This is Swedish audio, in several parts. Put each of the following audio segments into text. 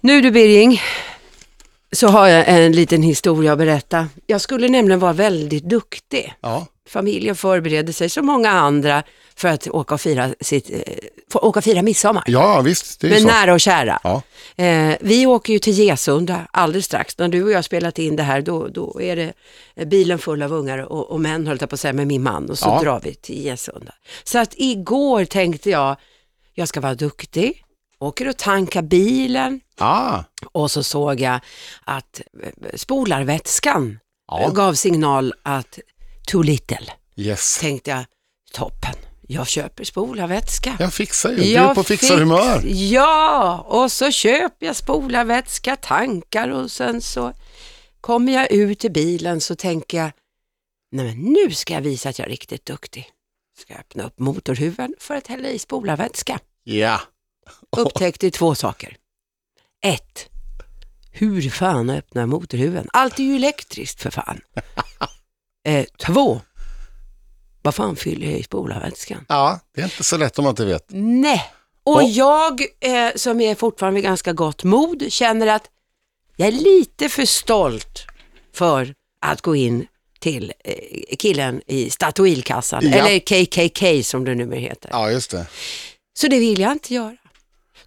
Nu du Birging, så har jag en liten historia att berätta. Jag skulle nämligen vara väldigt duktig. Ja. Familjen förbereder sig som många andra för att åka och fira, sitt, eh, få åka och fira midsommar. ja, visst. Det är ju Med så. nära och kära. Ja. Eh, vi åker ju till Gesunda alldeles strax. När du och jag har spelat in det här då, då är det eh, bilen full av ungar och, och män, höll jag på att säga, med min man och så Ja. drar vi till Gesunda. Så att igår tänkte jag, jag ska vara duktig, åker och tankar bilen Ah, och så såg jag att eh, spolarvätskan Ja. gav signal att too little. yes. Tänkte jag, toppen, jag köper spolarvätska. Jag fixar ju. du är på fixar fix- humör. Ja, och så köper jag spolarvätska, tankar och sen så kommer jag ut till bilen så tänker jag, nej men nu ska jag visa att jag är riktigt duktig. Ska jag öppna upp motorhuven för att hälla i spolarvätska. Ja. Upptäckte två saker. Ett, hur fan öppnar jag motorhuven? Allt är ju elektriskt för fan. Eh, två, vad fan fyller jag i spolarvätskan? ja, det är inte så lätt om man inte vet. Nej, och Och- jag eh, som är fortfarande vid ganska gott mod känner att jag är lite för stolt för att gå in till eh, killen i Statoilkassan, Ja. eller KKK som det numera heter. Ja, just det. Så det vill jag inte göra.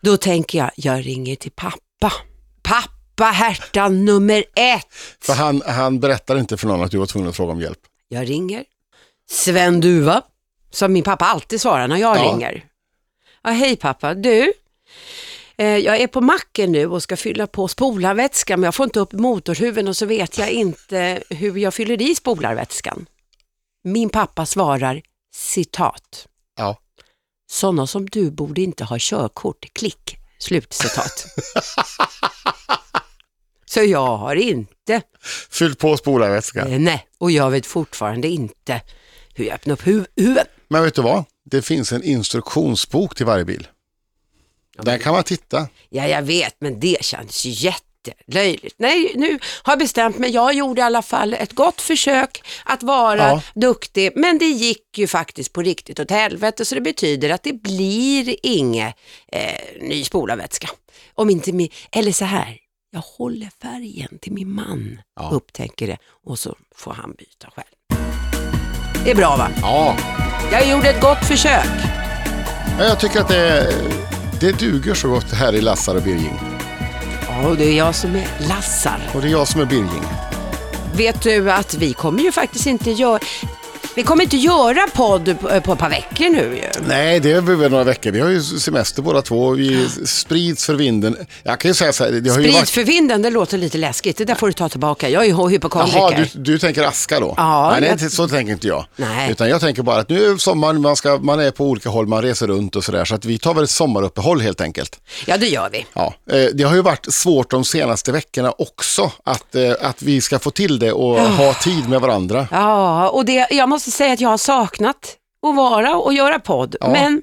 Då tänker jag, jag ringer till pappa. Pappa, hertan nummer ett. För han, han berättar inte för någon att du var tvungen att fråga om hjälp. Jag ringer. Sven Duva, som min pappa alltid svarar när jag Ja. ringer. Ja, hej pappa, du. Eh, jag är på macken nu och ska fylla på spolarvätska men jag får inte upp motorhuven och så vet jag inte hur jag fyller i spolarvätskan. Min pappa svarar citat. Ja. Sådana som du borde inte ha körkort, klick, slutcitat. så jag har inte Fyll på spolarvätskan. Eh, nej, och jag vet fortfarande inte hur jag öppnar upp hu- huven. Men vet du vad? Det finns en instruktionsbok till varje bil. Där kan man titta. Ja, jag vet, men det känns jättelöjligt. Nej, nu har jag bestämt mig. Jag gjorde i alla fall ett gott försök att vara Ja. duktig, men det gick ju faktiskt på riktigt åt helvete, så det betyder att det blir inget eh, ny spolarvätska. Om inte min, eller så här, jag håller färgen till min man, Ja. upptäcker det, och så får han byta själv. Det är bra va? Ja, Jag gjorde ett gott försök. Ja, jag tycker att det, det duger så gott här i Lassar och Birging. Ja, och det är jag som är Lassar. Och det är jag som är Birging. Vet du att vi kommer ju faktiskt inte göra... Vi kommer inte göra podd på, på ett par veckor nu ju. Nej, det är väl några veckor. Vi har ju semester båda två. och Vi sprids för vinden. Jag kan ju säga så här. Det har ju Sprit varit... för vinden, det låter lite läskigt. Det där får du ta tillbaka. Jag är ju hypokondriker. Jaha, du, du tänker aska då? Ja, nej, jag- nej, så tänker inte jag. Nej. Utan jag tänker bara att nu är sommaren, man, ska, man är på olika håll, man reser runt och sådär. Så att vi tar väl ett sommaruppehåll helt enkelt. Ja, det gör vi. Ja, eh, det har ju varit svårt de senaste veckorna också att, eh, att vi ska få till det Ah. och ha tid med varandra. Ja, och det, jag måste säga att jag har saknat att vara och göra podd. Men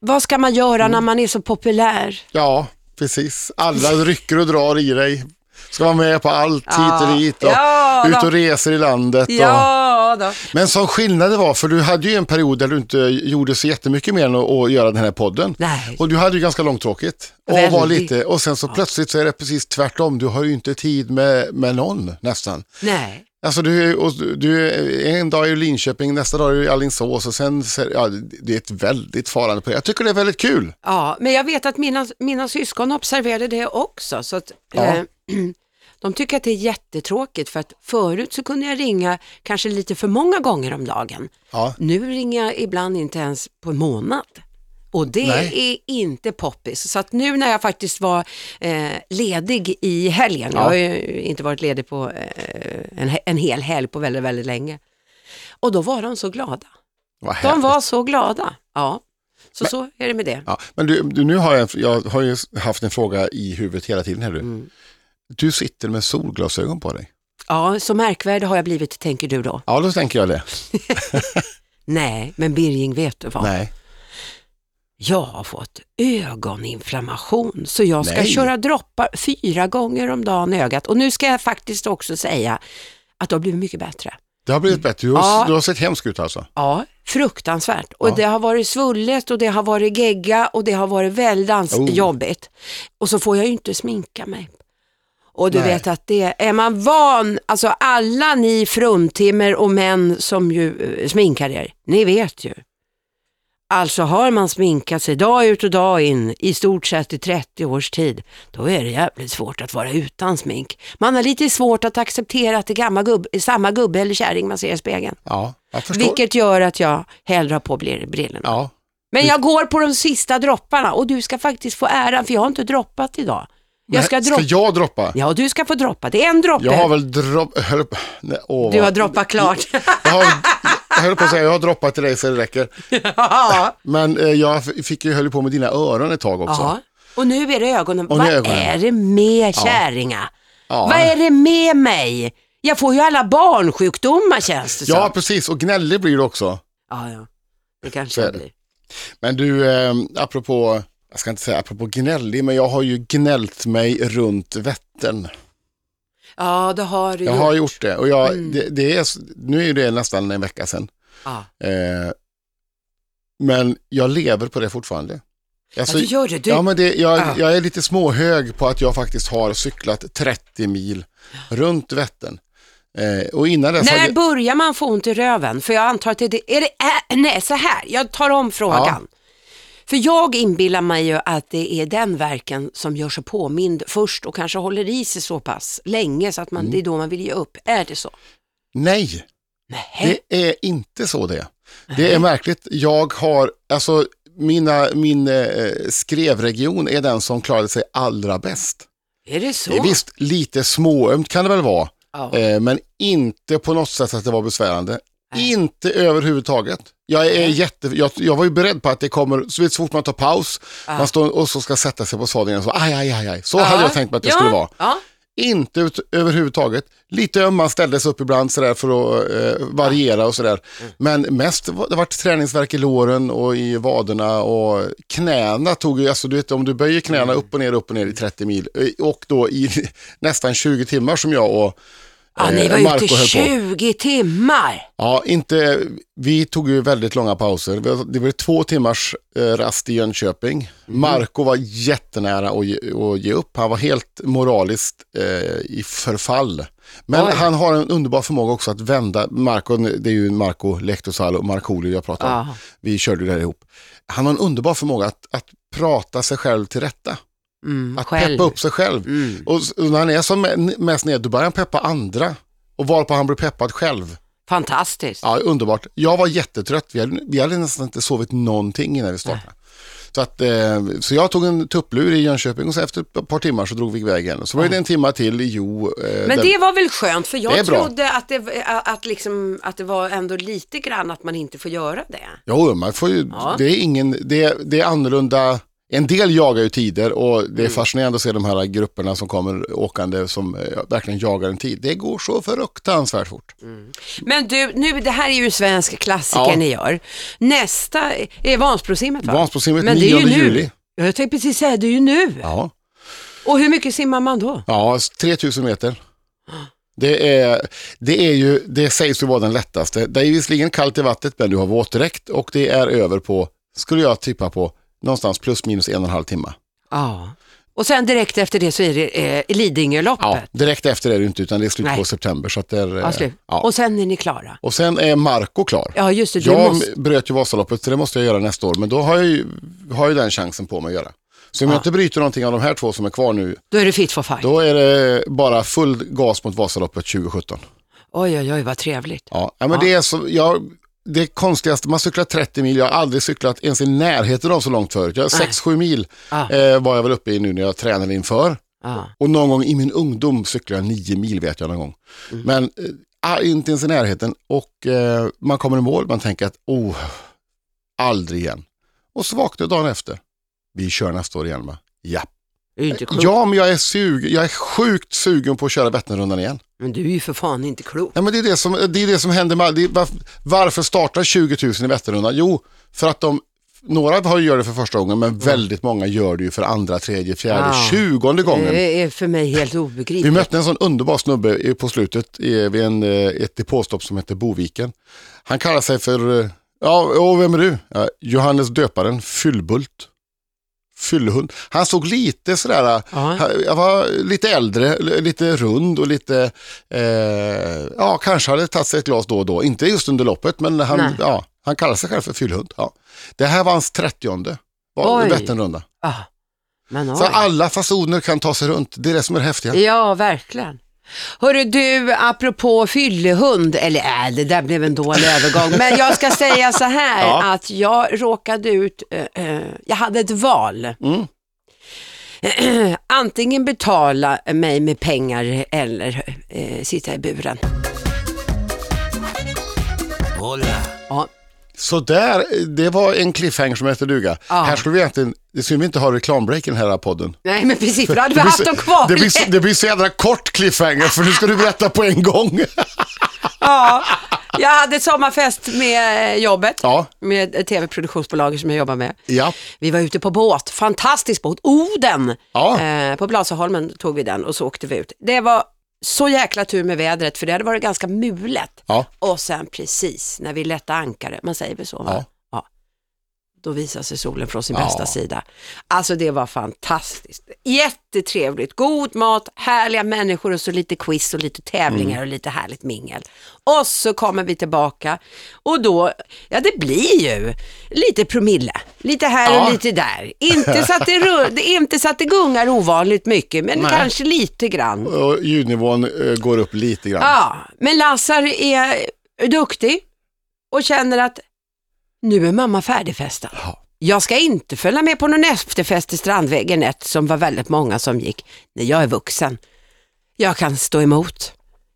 vad ska man göra när man är så populär? Ja, precis. Alla rycker och drar i dig. Ska vara med på allt, Ja. hit och dit och Ja, ut då. och reser i landet. Och... Ja, då. Men som skillnad det var, för du hade ju en period där du inte gjorde så jättemycket mer än att, att göra den här podden. Nej. Och du hade ju ganska långtråkigt. Och Väldigt. var lite, och sen så plötsligt så är det precis tvärtom. Du har ju inte tid med, med någon nästan. Nej. Alltså du, och du- du, en dag är du i Linköping, nästa dag är du i Alingsås och sen, så är- ja, det är ett väldigt farande på Jag tycker det är väldigt kul. Ja, men jag vet att mina, mina syskon observerade det också. Så att, Ja. eh, de tycker att det är jättetråkigt för att förut så kunde jag ringa kanske lite för många gånger om dagen. Ja. Nu ringer jag ibland inte ens på en månad. Och det Nej. är inte poppis. Så att nu när jag faktiskt var eh, ledig i helgen, jag har ju inte varit ledig på eh, en, he- en hel helg på väldigt, väldigt länge. Och då var de så glada. Vad De härligt. var så glada, ja. Så så är det med det. Ja, men du, du, nu har jag, jag har ju haft en fråga i huvudet hela tiden här du. Mm. Du sitter med solglasögon på dig. Ja, så märkvärdig har jag blivit, tänker du då? Ja, då tänker jag det. Nej, men Birging, vet du vad? Nej. Jag har fått ögoninflammation, så jag ska Nej. köra droppar fyra gånger om dagen i ögat. Och nu ska jag faktiskt också säga att det har blivit mycket bättre. Det har blivit bättre. Du har, Mm. Ja. du har sett hemsk ut alltså. Ja, Fruktansvärt. Och det har varit svullet och det har varit gegga och det har varit väldans Oh. jobbigt. Och så får jag ju inte sminka mig. Och du Nej. vet att det är man van, alltså alla ni fruntimmer och män som ju eh, sminkar er, ni vet ju. Alltså har man sminkat sig dag ut och dag in i stort sett i 30 års tid, då är det jävligt svårt att vara utan smink. Man har lite svårt att acceptera att det är gamla gubb, samma gubbe eller kärring man ser i spegeln. Ja, jag förstår. Vilket gör att jag hellre har på bri- brillorna. Ja. Men jag går på de sista dropparna och du ska faktiskt få äran för jag har inte droppat idag. Jag ska Nej, droppa. ska jag droppa? Ja, du ska få droppa. Det är en droppe. Jag har väl droppat... Oh, Du har droppat klart. Jag, har, jag höll på att säga, jag har droppat till dig så det räcker. ja. Men eh, jag fick ju, höll ju på med dina öron ett tag också. Ja. Och nu är det ögonen. Och nu Vad är ögonen. är det med kärringa? Ja. Vad är det med mig? Jag får ju alla barnsjukdomar känns det Ja, som. precis. Och gnällig blir du också. Ja, ja. Det Så kanske är jag det. blir. Men du, eh, apropå, jag ska inte säga apropå gnällig, men jag har ju gnällt mig runt Vättern. Ja, det har du Jag gjort. Mm. har gjort det. Och jag, det, det är, nu är ju det nästan en vecka sedan. Ja. Eh, men jag lever på det fortfarande. Alltså, ja, du gör det. Du... Ja, men det, jag, Ah. jag är lite småhög på att jag faktiskt har cyklat 30 mil runt Vättern. Eh, och innan dess hade När jag, börjar man få ont i röven? För jag antar att det är, är det, äh, nej så här, jag tar om frågan. För jag inbillar mig ju att det är den verken som gör sig påmind först och kanske håller i sig så pass länge så att Mm. man, det är då man vill ge upp. Är det så? Nej, Nej. det är inte så det. Det är märkligt. Jag har, alltså mina, min eh, skrevregion är den som klarade sig allra bäst. Är det så? Eh, Visst, lite småömt kan det väl vara, Ja. eh, men inte på något sätt att det var besvärande. Inte överhuvudtaget. Jag, är jätte, jag, jag var ju beredd på att det kommer, så vet, så fort man tar paus, man står och så ska sätta sig på sadeln och så, aj, aj, aj, aj. Så hade jag tänkt mig att det ja. skulle vara. Ja. Inte ut, överhuvudtaget. Lite öm, man ställdes upp ibland sådär för att eh, variera och sådär. Mm. Men mest var- det varit träningsvärk i låren och i vaderna och knäna tog ju, alltså du vet om du böjer Mm. knäna upp och ner, upp och ner i 30 mil eh, och då i nästan 20 timmar som jag och ja, eh, ni var Marco ute höll på. 20 timmar. Ja, inte, vi tog ju väldigt långa pauser. Vi- Det blev två timmars eh, rast i Jönköping. Mm. Marco var jättenära att ge, att ge upp. Han var helt moraliskt eh, i förfall. Men han har en underbar förmåga också att vända. Marco, det är ju Marco Lehtosalo och Markoolio jag pratar om. Ja. Vi körde ju det här ihop. Han har en underbar förmåga att, att prata sig själv till rätta. Mm, Att själv. peppa upp sig själv. Mm. Och s- när han är som me- mest ned, då börjar han peppa andra. Och varpå han blir peppad själv. Fantastiskt. Ja, underbart. Jag var jättetrött. Vi hade, vi hade nästan inte sovit någonting innan vi startade. Så, att, eh, så jag tog en tupplur i Jönköping och så efter ett par timmar så drog vi iväg igen. Så var det en timma till i Jo. Eh, Men där- det var väl skönt för Det är jag bra. trodde att det, att, liksom, att det var ändå lite grann att man inte får göra det. Jo, man får ju, Ja. det, är ingen, det, det är annorlunda. En del jagar ju tider och Mm. det är fascinerande att se de här grupperna som kommer åkande som eh, verkligen jagar en tid. Det går så fruktansvärt fort. Men du, nu, det här är ju en svensk klassiker Ja. ni gör. Nästa är Vansbrosimmet va? Vansbrosimmet Mm. Men det är 9 ju nu. juli. Ja, Jag tänkte precis säga, det är ju nu. Ja. Och hur mycket simmar man då? Ja, 3000 meter. Det, är, det, är ju, det sägs ju vara den lättaste. Det är visserligen kallt i vattnet men du har våtdräkt och det är över på, skulle jag tippa på, någonstans plus minus en och en halv timme. Ja. Och sen direkt efter det så är det eh, Ja, Lidingöloppet. direkt efter är det ju inte utan det är slut på Nej. september. Så att det är, Ja, eh, slut. ja. Alltså, Och sen är ni klara. Och sen är Marco klar. Ja, just det. Du jag måste... bröt ju Vasaloppet så det måste jag göra nästa år men då har jag ju, har ju den chansen på mig att göra. Så om jag inte bryter någonting av de här två som är kvar nu, Då är det fit for fight. då är det bara full gas mot Vasaloppet 2017. Oj, oj, oj, vad trevligt. Ja, ja men det är så, jag, det är konstigaste, man cyklar 30 mil, jag har aldrig cyklat ens i närheten av så långt förut. Jag 6-7 mil Ja. eh, var jag väl uppe i nu när jag tränade inför. Ja. Och någon gång i min ungdom cyklade jag 9 mil vet jag någon gång. Men eh, ah, inte ens i närheten och eh, man kommer i mål, man tänker att oh, aldrig igen. Och så vaknar jag dagen efter. Vi kör nästa år igen va? Ja. Du är ju inte klok. ja, men jag är, sugen, jag är sjukt sugen på att köra Vätternrundan igen. Men du är ju för fan inte klok. Ja, men det, är det, som, det är det som händer med, det är, varför, varför startar 20 000 i Vätternrundan? Jo, för att de, några har ju gör det för första gången, men väldigt många gör det ju för andra, tredje, fjärde, Ja. tjugonde gången. Det är för mig helt Vi obegripligt. mötte en sån underbar snubbe i- på slutet i- vid en, eh, ett depåstopp som hette Boviken. Han kallar sig för eh, Ja, och vem är du? Ja, Johannes Döparen, fyllbult. Fyllhund. Han såg lite sådär, eh, Ja. han- han var lite äldre, lite rund och lite, eh, ja kanske hade tagit sig ett glas då och då. Inte just under loppet, men Nej. han, ja, han kallade sig själv för fyllhund. Ja. Det här var hans 30 var Oj. Vätternrunda. Ah. Men Så oj. alla fasoner kan ta sig runt, det är det som är det häftiga. Ja, verkligen. Hörru du, apropå fyllehund, eller äh, det där blev en dålig övergång, men jag ska säga så här Ja. att jag råkade ut, eh, eh, jag hade ett val. Mm. Antingen betala mig med pengar eller eh, sitta i buren. Ja, Så där, det var en cliffhanger som hette duga. Ja. Här skulle vi egentligen, det skulle vi inte ha reklambreak i den här podden. nej men precis, för då hade vi haft dem kvar. Det blir, så, det blir så jädra kort cliffhanger för nu ska du berätta på en gång. Ja, jag hade sommarfest med eh, jobbet, Ja, med eh, tv-produktionsbolaget som jag jobbar med. ja, Vi var ute på båt, fantastisk båt, Oden. ja. Eh, på Blaseholmen tog vi den och så åkte vi ut. Det var så jäkla tur med vädret för det hade varit ganska mulet. ja. Och sen precis när vi lättade ankare, man säger väl så va? Ja. Ja. Då visade sig solen från sin Ja. bästa sida. Alltså det var fantastiskt. Jättetrevligt, god mat, härliga människor och så lite quiz och lite tävlingar Mm. och lite härligt mingel. Och så kommer vi tillbaka och då, ja det blir ju lite promille. Lite här Ja. och lite där. Inte så att det, rör, det, är inte så att det gungar ovanligt mycket, men Nej. kanske lite grann. Och ljudnivån eh, går upp lite grann. Ja, men Lazar är duktig och känner att nu är mamma färdigfestad. Ja. Jag ska inte följa med på någon efterfest i Strandvägen 1 som var väldigt många som gick. Nej, jag är vuxen. Jag kan stå emot.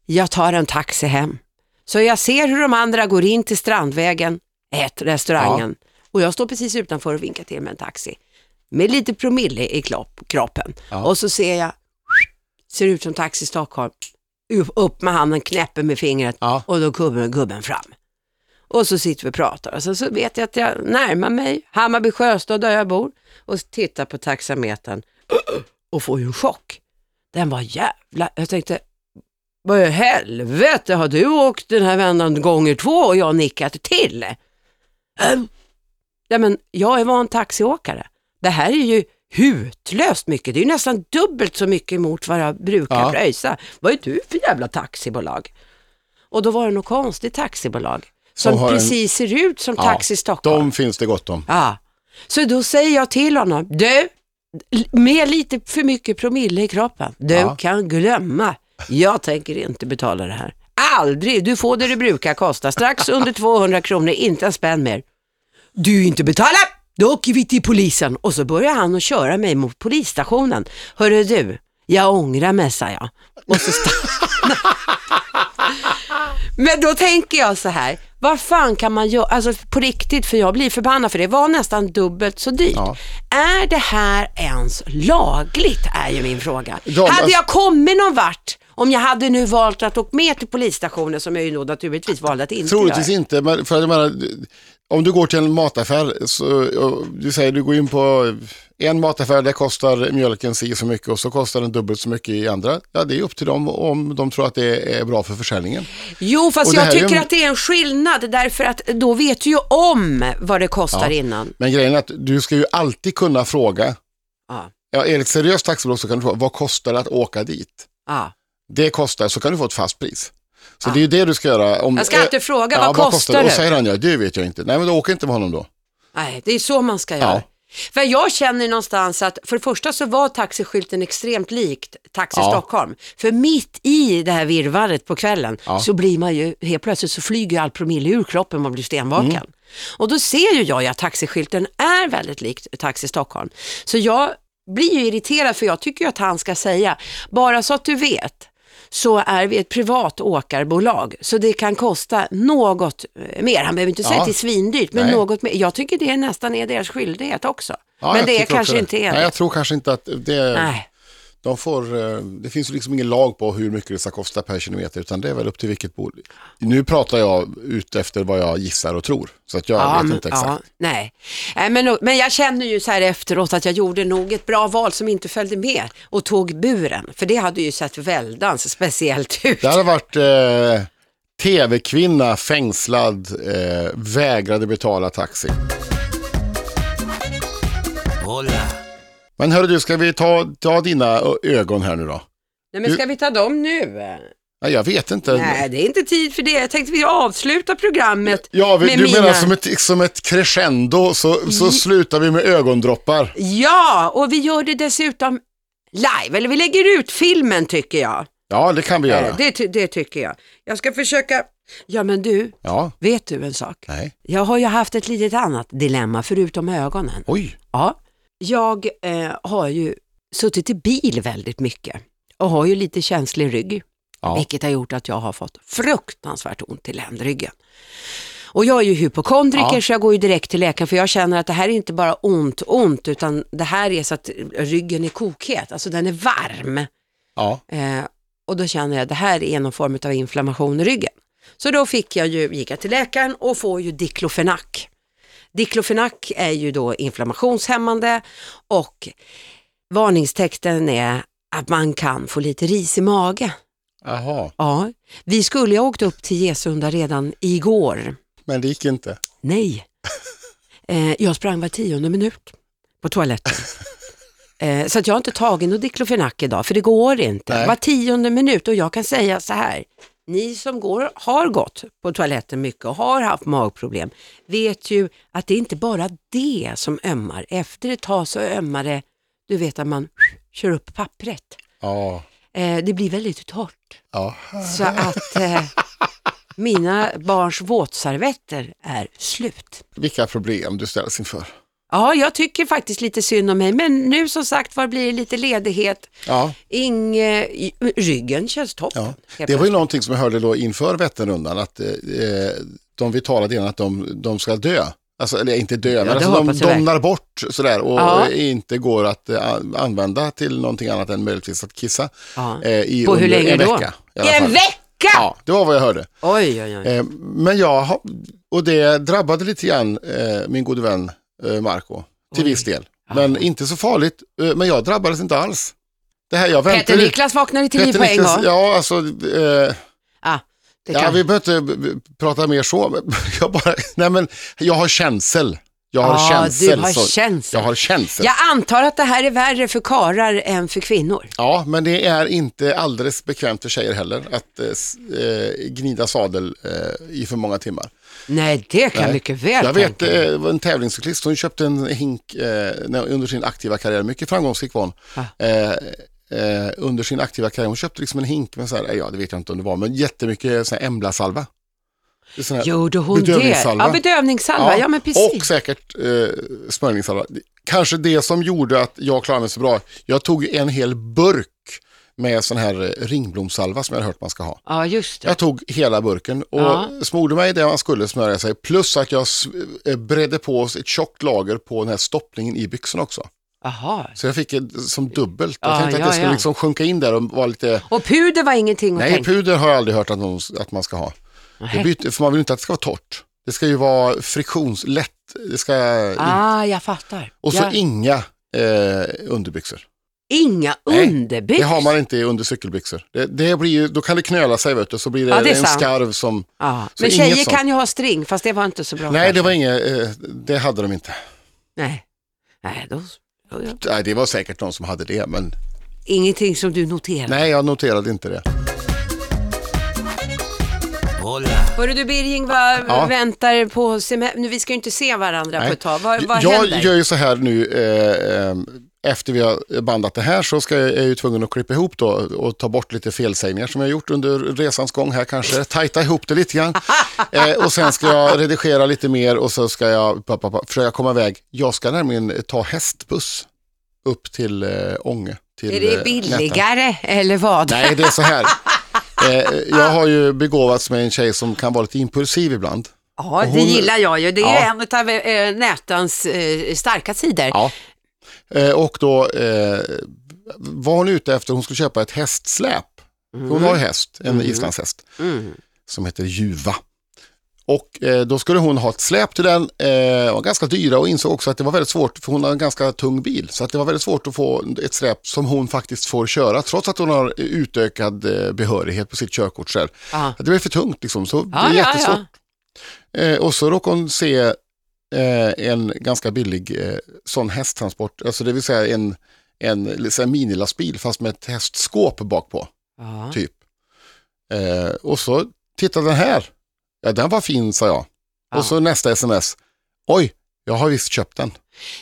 Jag tar en taxi hem. Så jag ser hur de andra går in till Strandvägen 1, restaurangen. Och jag står precis utanför och vinkar till med en taxi. Med lite promille i klopp, kroppen. Ja. Och så ser jag, ser ut som Taxi Stockholm. Upp- Upp med handen, knäpper med fingret Ja. och då kommer gubben fram. Och så sitter vi och pratar och sen så vet jag att jag närmar mig Hammarby Sjöstad där jag bor och tittar på taxametern och får ju en chock. Den var jävla, jag tänkte, vad i helvete har du åkt den här vändan gånger två och jag nickat till? Ehm, Nej men jag är van taxiåkare. Det här är ju hutlöst mycket, det är ju nästan dubbelt så mycket emot vad jag brukar Ja. pröjsa. Vad är du för jävla taxibolag? Och då var det något konstigt taxibolag Som som har en- precis ser ut som Ja, Taxi Stockholm. De finns det gott om. Ja. Så då säger jag till honom, du, l- med lite för mycket promille i kroppen, du Ja. kan glömma, jag tänker inte betala det här. Aldrig, du får det det brukar kosta, strax under 200 kronor, inte en spänn mer. Du inte betala, då åker vi till polisen. Och så börjar han att köra mig mot polisstationen. Hörru du, jag ångrar mig, sa jag. Och så stannar- Men då tänker jag så här, vad fan kan man göra, alltså på riktigt, för jag blir förbannad för det var nästan dubbelt så dyrt. Ja. Är det här ens lagligt, är ju min fråga. Ja, men hade alltså- jag kommit någon vart, om jag hade nu valt att åka med till polisstationen, som jag ju då naturligtvis valde att inte Troligtvis göra. inte, men för jag menar, om du går till en mataffär, så, och du säger du går in på en mataffär, där kostar mjölken si och så mycket och så kostar den dubbelt så mycket i andra. Ja, det är upp till dem om de tror att det är bra för försäljningen. Jo, fast Och det jag här är ju- tycker att det är en skillnad, därför att då vet du ju om vad det kostar innan. Men grejen är att du ska ju alltid kunna fråga, Ja, ja, är det ett seriöst taxibolag så kan du fråga, vad kostar det att åka dit? ja. Det kostar, så kan du få ett fast pris. Så det är ju det du ska göra. Om, Ah. Jag ska alltid fråga, vad kostar det? det? Och säger han Mm, eh, ja, det vet jag inte. Nej, men då åker inte med honom då. Nej, det är så man ska göra. Ja. För jag känner någonstans att för det första så var taxiskylten extremt likt Taxi Ja. Stockholm. För mitt i det här virrvarret på kvällen Ja. så blir man ju, helt plötsligt så flyger ju all promille ur kroppen, man blir stenvaken. Mm. Och då ser ju jag ju att taxiskylten är väldigt likt Taxi Stockholm. Så jag blir ju irriterad för jag tycker ju att han ska säga, bara så att du vet, så är vi ett privat åkarbolag, så det kan kosta något eh, mer. Han behöver inte säga Ja. att det är svindyrt, men Nej. något mer. Jag tycker det nästan är deras skyldighet också. Ja, men jag det är tycker också kanske inte är Nej, det. jag tror kanske inte att det, Nej. de får, eh, det finns ju liksom ingen lag på hur mycket det ska kosta per kilometer, utan det är väl upp till vilket bolag. Nu pratar jag ut efter vad jag gissar och tror, så att jag vet men- inte exakt. ja, nej. Nej, men, men jag känner ju så här efteråt att jag gjorde nog ett bra val som inte följde med och tog buren. För det hade ju sett väldans speciellt ut. Det hade varit eh, TV-kvinna fängslad, eh, vägrade betala taxi. Hola, Men hörru du, ska vi ta, ta dina ö- ögon här nu då? Nej, men ska vi ta dem nu? Nej, jag vet inte. Nej, det är inte tid för det. Jag tänkte vi avslutar programmet Ja, vi, med du mina... Mm. menar som ett, som ett crescendo så, så slutar vi med ögondroppar. Ja, och vi gör det dessutom live, eller vi lägger ut filmen tycker jag. Ja, det kan vi Eh, göra. Det, ty- det tycker jag. Jag ska försöka... Ja, men du, Ja, vet du en sak? nej. Jag har ju haft ett litet annat dilemma, förutom ögonen. Oj. Ja, jag eh, har ju suttit i bil väldigt mycket och har ju lite känslig rygg. Ja. Vilket har gjort att jag har fått fruktansvärt ont i ländryggen. Och jag är ju hypokondriker Ja. så jag går ju direkt till läkaren för jag känner att det här är inte bara ont, ont utan det här är så att ryggen är kokhet, alltså den är varm. ja. Eh, och då känner jag att det här är någon form av inflammation i ryggen. Så då fick jag ju, gick jag till läkaren och får ju diklofenak. Diklofenak är ju då inflammationshämmande och varningstexten är att man kan få lite ris i magen. Jaha, Ja, vi skulle ju ha åkt upp till Gesunda redan igår. men det gick inte. Nej, eh, jag sprang var tionde minut på toaletten. Eh, så att jag har inte tagit något diklofenak idag, för det går inte. Nej. Var tionde minut och jag kan säga så här. Ni som går, har gått på toaletten mycket och har haft magproblem vet ju att det är inte bara det som ömmar. Efter ett tag så ömmar det, du vet att man kör upp pappret. Ja. Eh, det blir väldigt torrt. ja. Så att eh, mina barns våtservetter är slut. Vilka problem du ställs inför. Ja, jag tycker faktiskt lite synd om mig, men nu som sagt var blir det lite ledighet. Ja. Ing, eh, i- ryggen känns toppen. Ja. helt Det var ju plötsligt. någonting som jag hörde då inför Vätternrundan, att eh, de vitala delarna, att de, de ska dö. Alltså, eller inte dö, men det alltså, de hoppas jag domnar bort sådär och Ja. inte går att eh, an- använda till någonting annat än möjligtvis att kissa. Ja. eh, i På hur under länge en då? Vecka, i alla I en fall. vecka! Ja, det var vad jag hörde. Oj, oj, oj. Eh, Men jag, har- och det drabbade lite grann eh, min gode vän eh, Marco, till Oj. viss del. Men inte så farligt, eh, men jag drabbades inte alls. Det här jag väntade... Peter Niklas vaknade till liv Peter på en Niklas- gång. Ja, alltså, eh, Ah, det ja, kan. vi behöver inte b- b- prata mer så. men Jag, bara, nej, men jag har känsel. Jag har Ah, känsel. Du har så, känsel. Jag har känsel. Ja. Jag antar att det här är värre för karar än för kvinnor. men det är inte alldeles bekvämt för tjejer heller att eh, s- eh, gnida sadel eh, i för många timmar. Nej, det kan Nej. mycket väl Jag vet, tänka. eh, det var en tävlingscyklist, hon köpte en hink eh, när- under sin aktiva karriär, mycket framgångsrik var hon. Ah. Eh, eh, under sin aktiva karriär, hon köpte liksom en hink med så här, eh, ja det vet jag inte om det var, men jättemycket sån här emlasalva. Det är sån här- Gjorde hon eh, Bedövningssalva. det? Ja, bedövningssalva. Ja, men precis. Och säkert eh, smörjningssalva. Kanske det som gjorde att jag klarade mig så bra, jag tog en hel burk med sån här eh, ringblomsalva som jag har hört man ska ha. Ja, just det. Jag tog hela burken och Ja. smorde mig det man skulle smörja sig. Plus att jag s- eh, bredde på oss ett tjockt lager på den här stopplingen i byxorna också. Jaha. Så jag fick ett, som dubbelt. Ja, jag tänkte ja, att det skulle ja. Mm, liksom sjunka in där och vara lite... Och puder var ingenting att Nej, tänka puder har jag aldrig hört att, någon, att man ska ha. Det Nej, byter, för man vill inte att det ska vara torrt. Det ska ju vara friktionslätt. Det ska in- Ah, jag fattar. Och så ja. inga eh, underbyxor. Inga Nej, underbyxor. Det har man inte under cykelbyxor. Det, det blir ju, då kan det knöla sig vet du, så blir det, Ja, det är en sant. skarv som... Ja. Så Men inget tjejer sånt. kan ju ha string, fast det var inte så bra. Nej, det kanske. var inget, eh, det hade de inte. Nej. Nej, då... då- då- Nej, det var säkert någon som hade det, men Ingenting som du noterar. nej, jag noterade inte det. hola, Hörru du Birging, vad Ja. väntar på semester? Nu, vi ska ju inte se varandra Nej. på ett tag. Vad, vad jag händer? gör ju så här nu, eh, eh, efter vi har bandat det här så ska jag, är jag ju tvungen att klippa ihop då och ta bort lite felsägningar som jag gjort under resans gång här kanske. Tajta ihop det lite grann. Eh, och sen ska jag redigera lite mer och så ska jag pa, pa, pa, försöka komma iväg. Jag ska nämligen ta hästbuss upp till eh, Ånge. Till, Är eh, det Nättan. billigare eller vad? Nej, det är så här. Eh, jag har ju begåvats med en tjej som kan vara lite impulsiv ibland. Ja, det Hon- gillar jag ju. Det är Ja. en av eh, nätans eh, starka sidor. Ja. Eh, och då eh, var hon ute efter, hon skulle köpa ett hästsläp. Hon har ju häst, en islandshäst, Mm. som heter Juva. Och eh, då skulle hon ha ett släp till den, eh, var ganska dyra och insåg också att det var väldigt svårt, för hon har en ganska tung bil, så att det var väldigt svårt att få ett släp som hon faktiskt får köra, trots att hon har utökad eh, behörighet på sitt körkort själv. Ja. Det blev för tungt liksom, så det Ja, är ja, jättesvårt. ja. Eh, och så råkade hon se eh, en ganska billig eh, sån hästtransport, alltså det vill säga en, en, en minilastbil fast med ett hästskåp bak på Ja. typ. Eh, och så tittade den här. Ja, den var fin, sa jag. Ja. Och så nästa sms. Oj, jag har visst köpt den.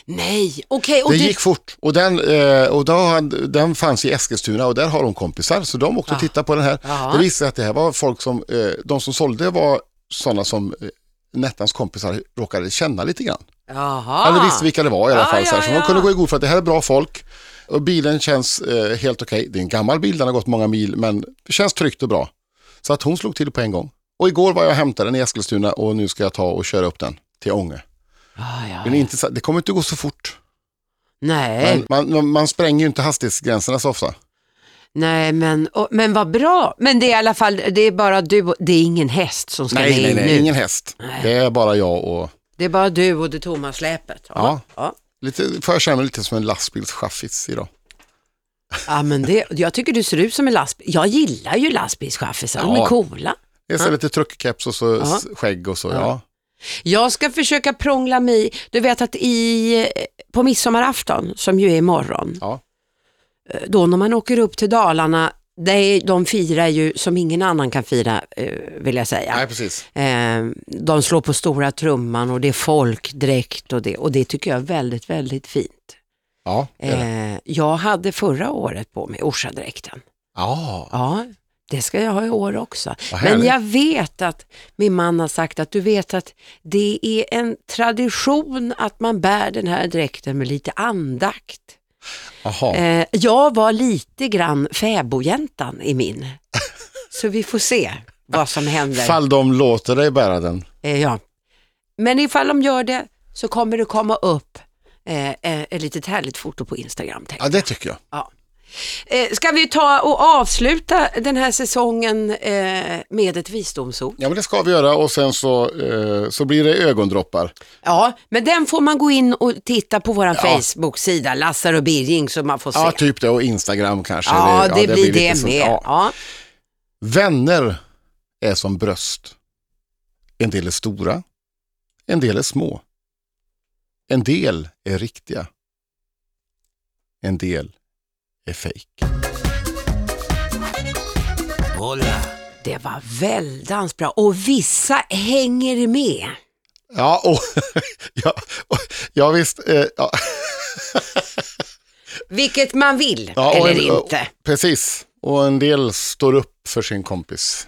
Nej, okej. och det det- gick fort. Och, den, eh, och då, har- den fanns i Eskilstuna och där har de kompisar, så de åkte och Ja. tittade på den här. Ja. Det visade sig att det här var folk som, eh, de som sålde var sådana som eh, Nettans kompisar råkade känna lite grann. Jaha. Eller visste vilka det var i alla Ah. Ja, fall. så här. ja, så ja. de kunde gå i god för att det här är bra folk. Och bilen känns eh, helt okej. Det är en gammal bil, den har gått många mil, men det känns tryggt och bra. Så att hon slog till på en gång. Och igår var jag och hämtade den i Eskilstuna och nu ska jag ta och köra upp den till Ånge. Ja, ja, Men ja. inte, så- det kommer inte gå så fort. Nej, Men man, man, man spränger ju inte hastighetsgränserna så ofta. nej men, och, men vad bra. Men det är i alla fall, det är bara du och, det är ingen häst som ska Nej, med nej, in nej, nu. ingen häst. Det är bara jag och... Det är bara du och det tomma släpet. Ja. ja. Lite, för jag känner mig lite som en lastbilschaffis idag. Ja, men det, jag tycker du ser ut som en lastbil. Jag gillar ju lastbilschaffisar, de är Ja. coola. Jag ser lite truckkeps och så Ja. s- skägg och så. Ja. Jag ska försöka prångla mig, du vet att i, eh, på midsommarafton, som ju är imorgon, eh, Ja. då när man åker upp till Dalarna, det är, de firar ju som ingen annan kan fira, eh, vill jag säga. Nej, precis. Eh, de slår på stora trumman och det är folkdräkt och det, och det tycker jag är väldigt, väldigt fint. Ja, det är det. Eh, jag hade förra året på mig Orsadräkten. Ja. Ja, det ska jag ha i år också. Vad Men härligt. jag vet att min man har sagt att du vet att det är en tradition att man bär den här dräkten med lite andakt. Jaha. Eh, jag var lite grann fäbodjäntan i min. Så vi får se vad som händer. Fall de låter dig bära den. Eh, ja. Men ifall de gör det så kommer det komma upp eh, eh, ett litet härligt foto på Instagram. tänker Ja, det tycker jag. jag. Ja. Eh, ska vi ta och avsluta den här säsongen eh, med ett visdomsord? Ja, men det ska vi göra och sen så, eh, så blir det ögondroppar. Ja, men den får man gå in och titta på vår Facebook-sida, Lassar och Birging, så man får se. Ja, typ det och Instagram kanske. ja, det, blir lite det så- med. ja. Ja. Vänner är som bröst. En del är stora, en del är små. En del är riktiga. En del är fejk. bola, Det var väldans bra och vissa hänger med. Ja, och, ja, och, ja visst. Eh, ja, Vilket man vill ja, och eller en- och- inte. Precis, och en del står upp för sin kompis.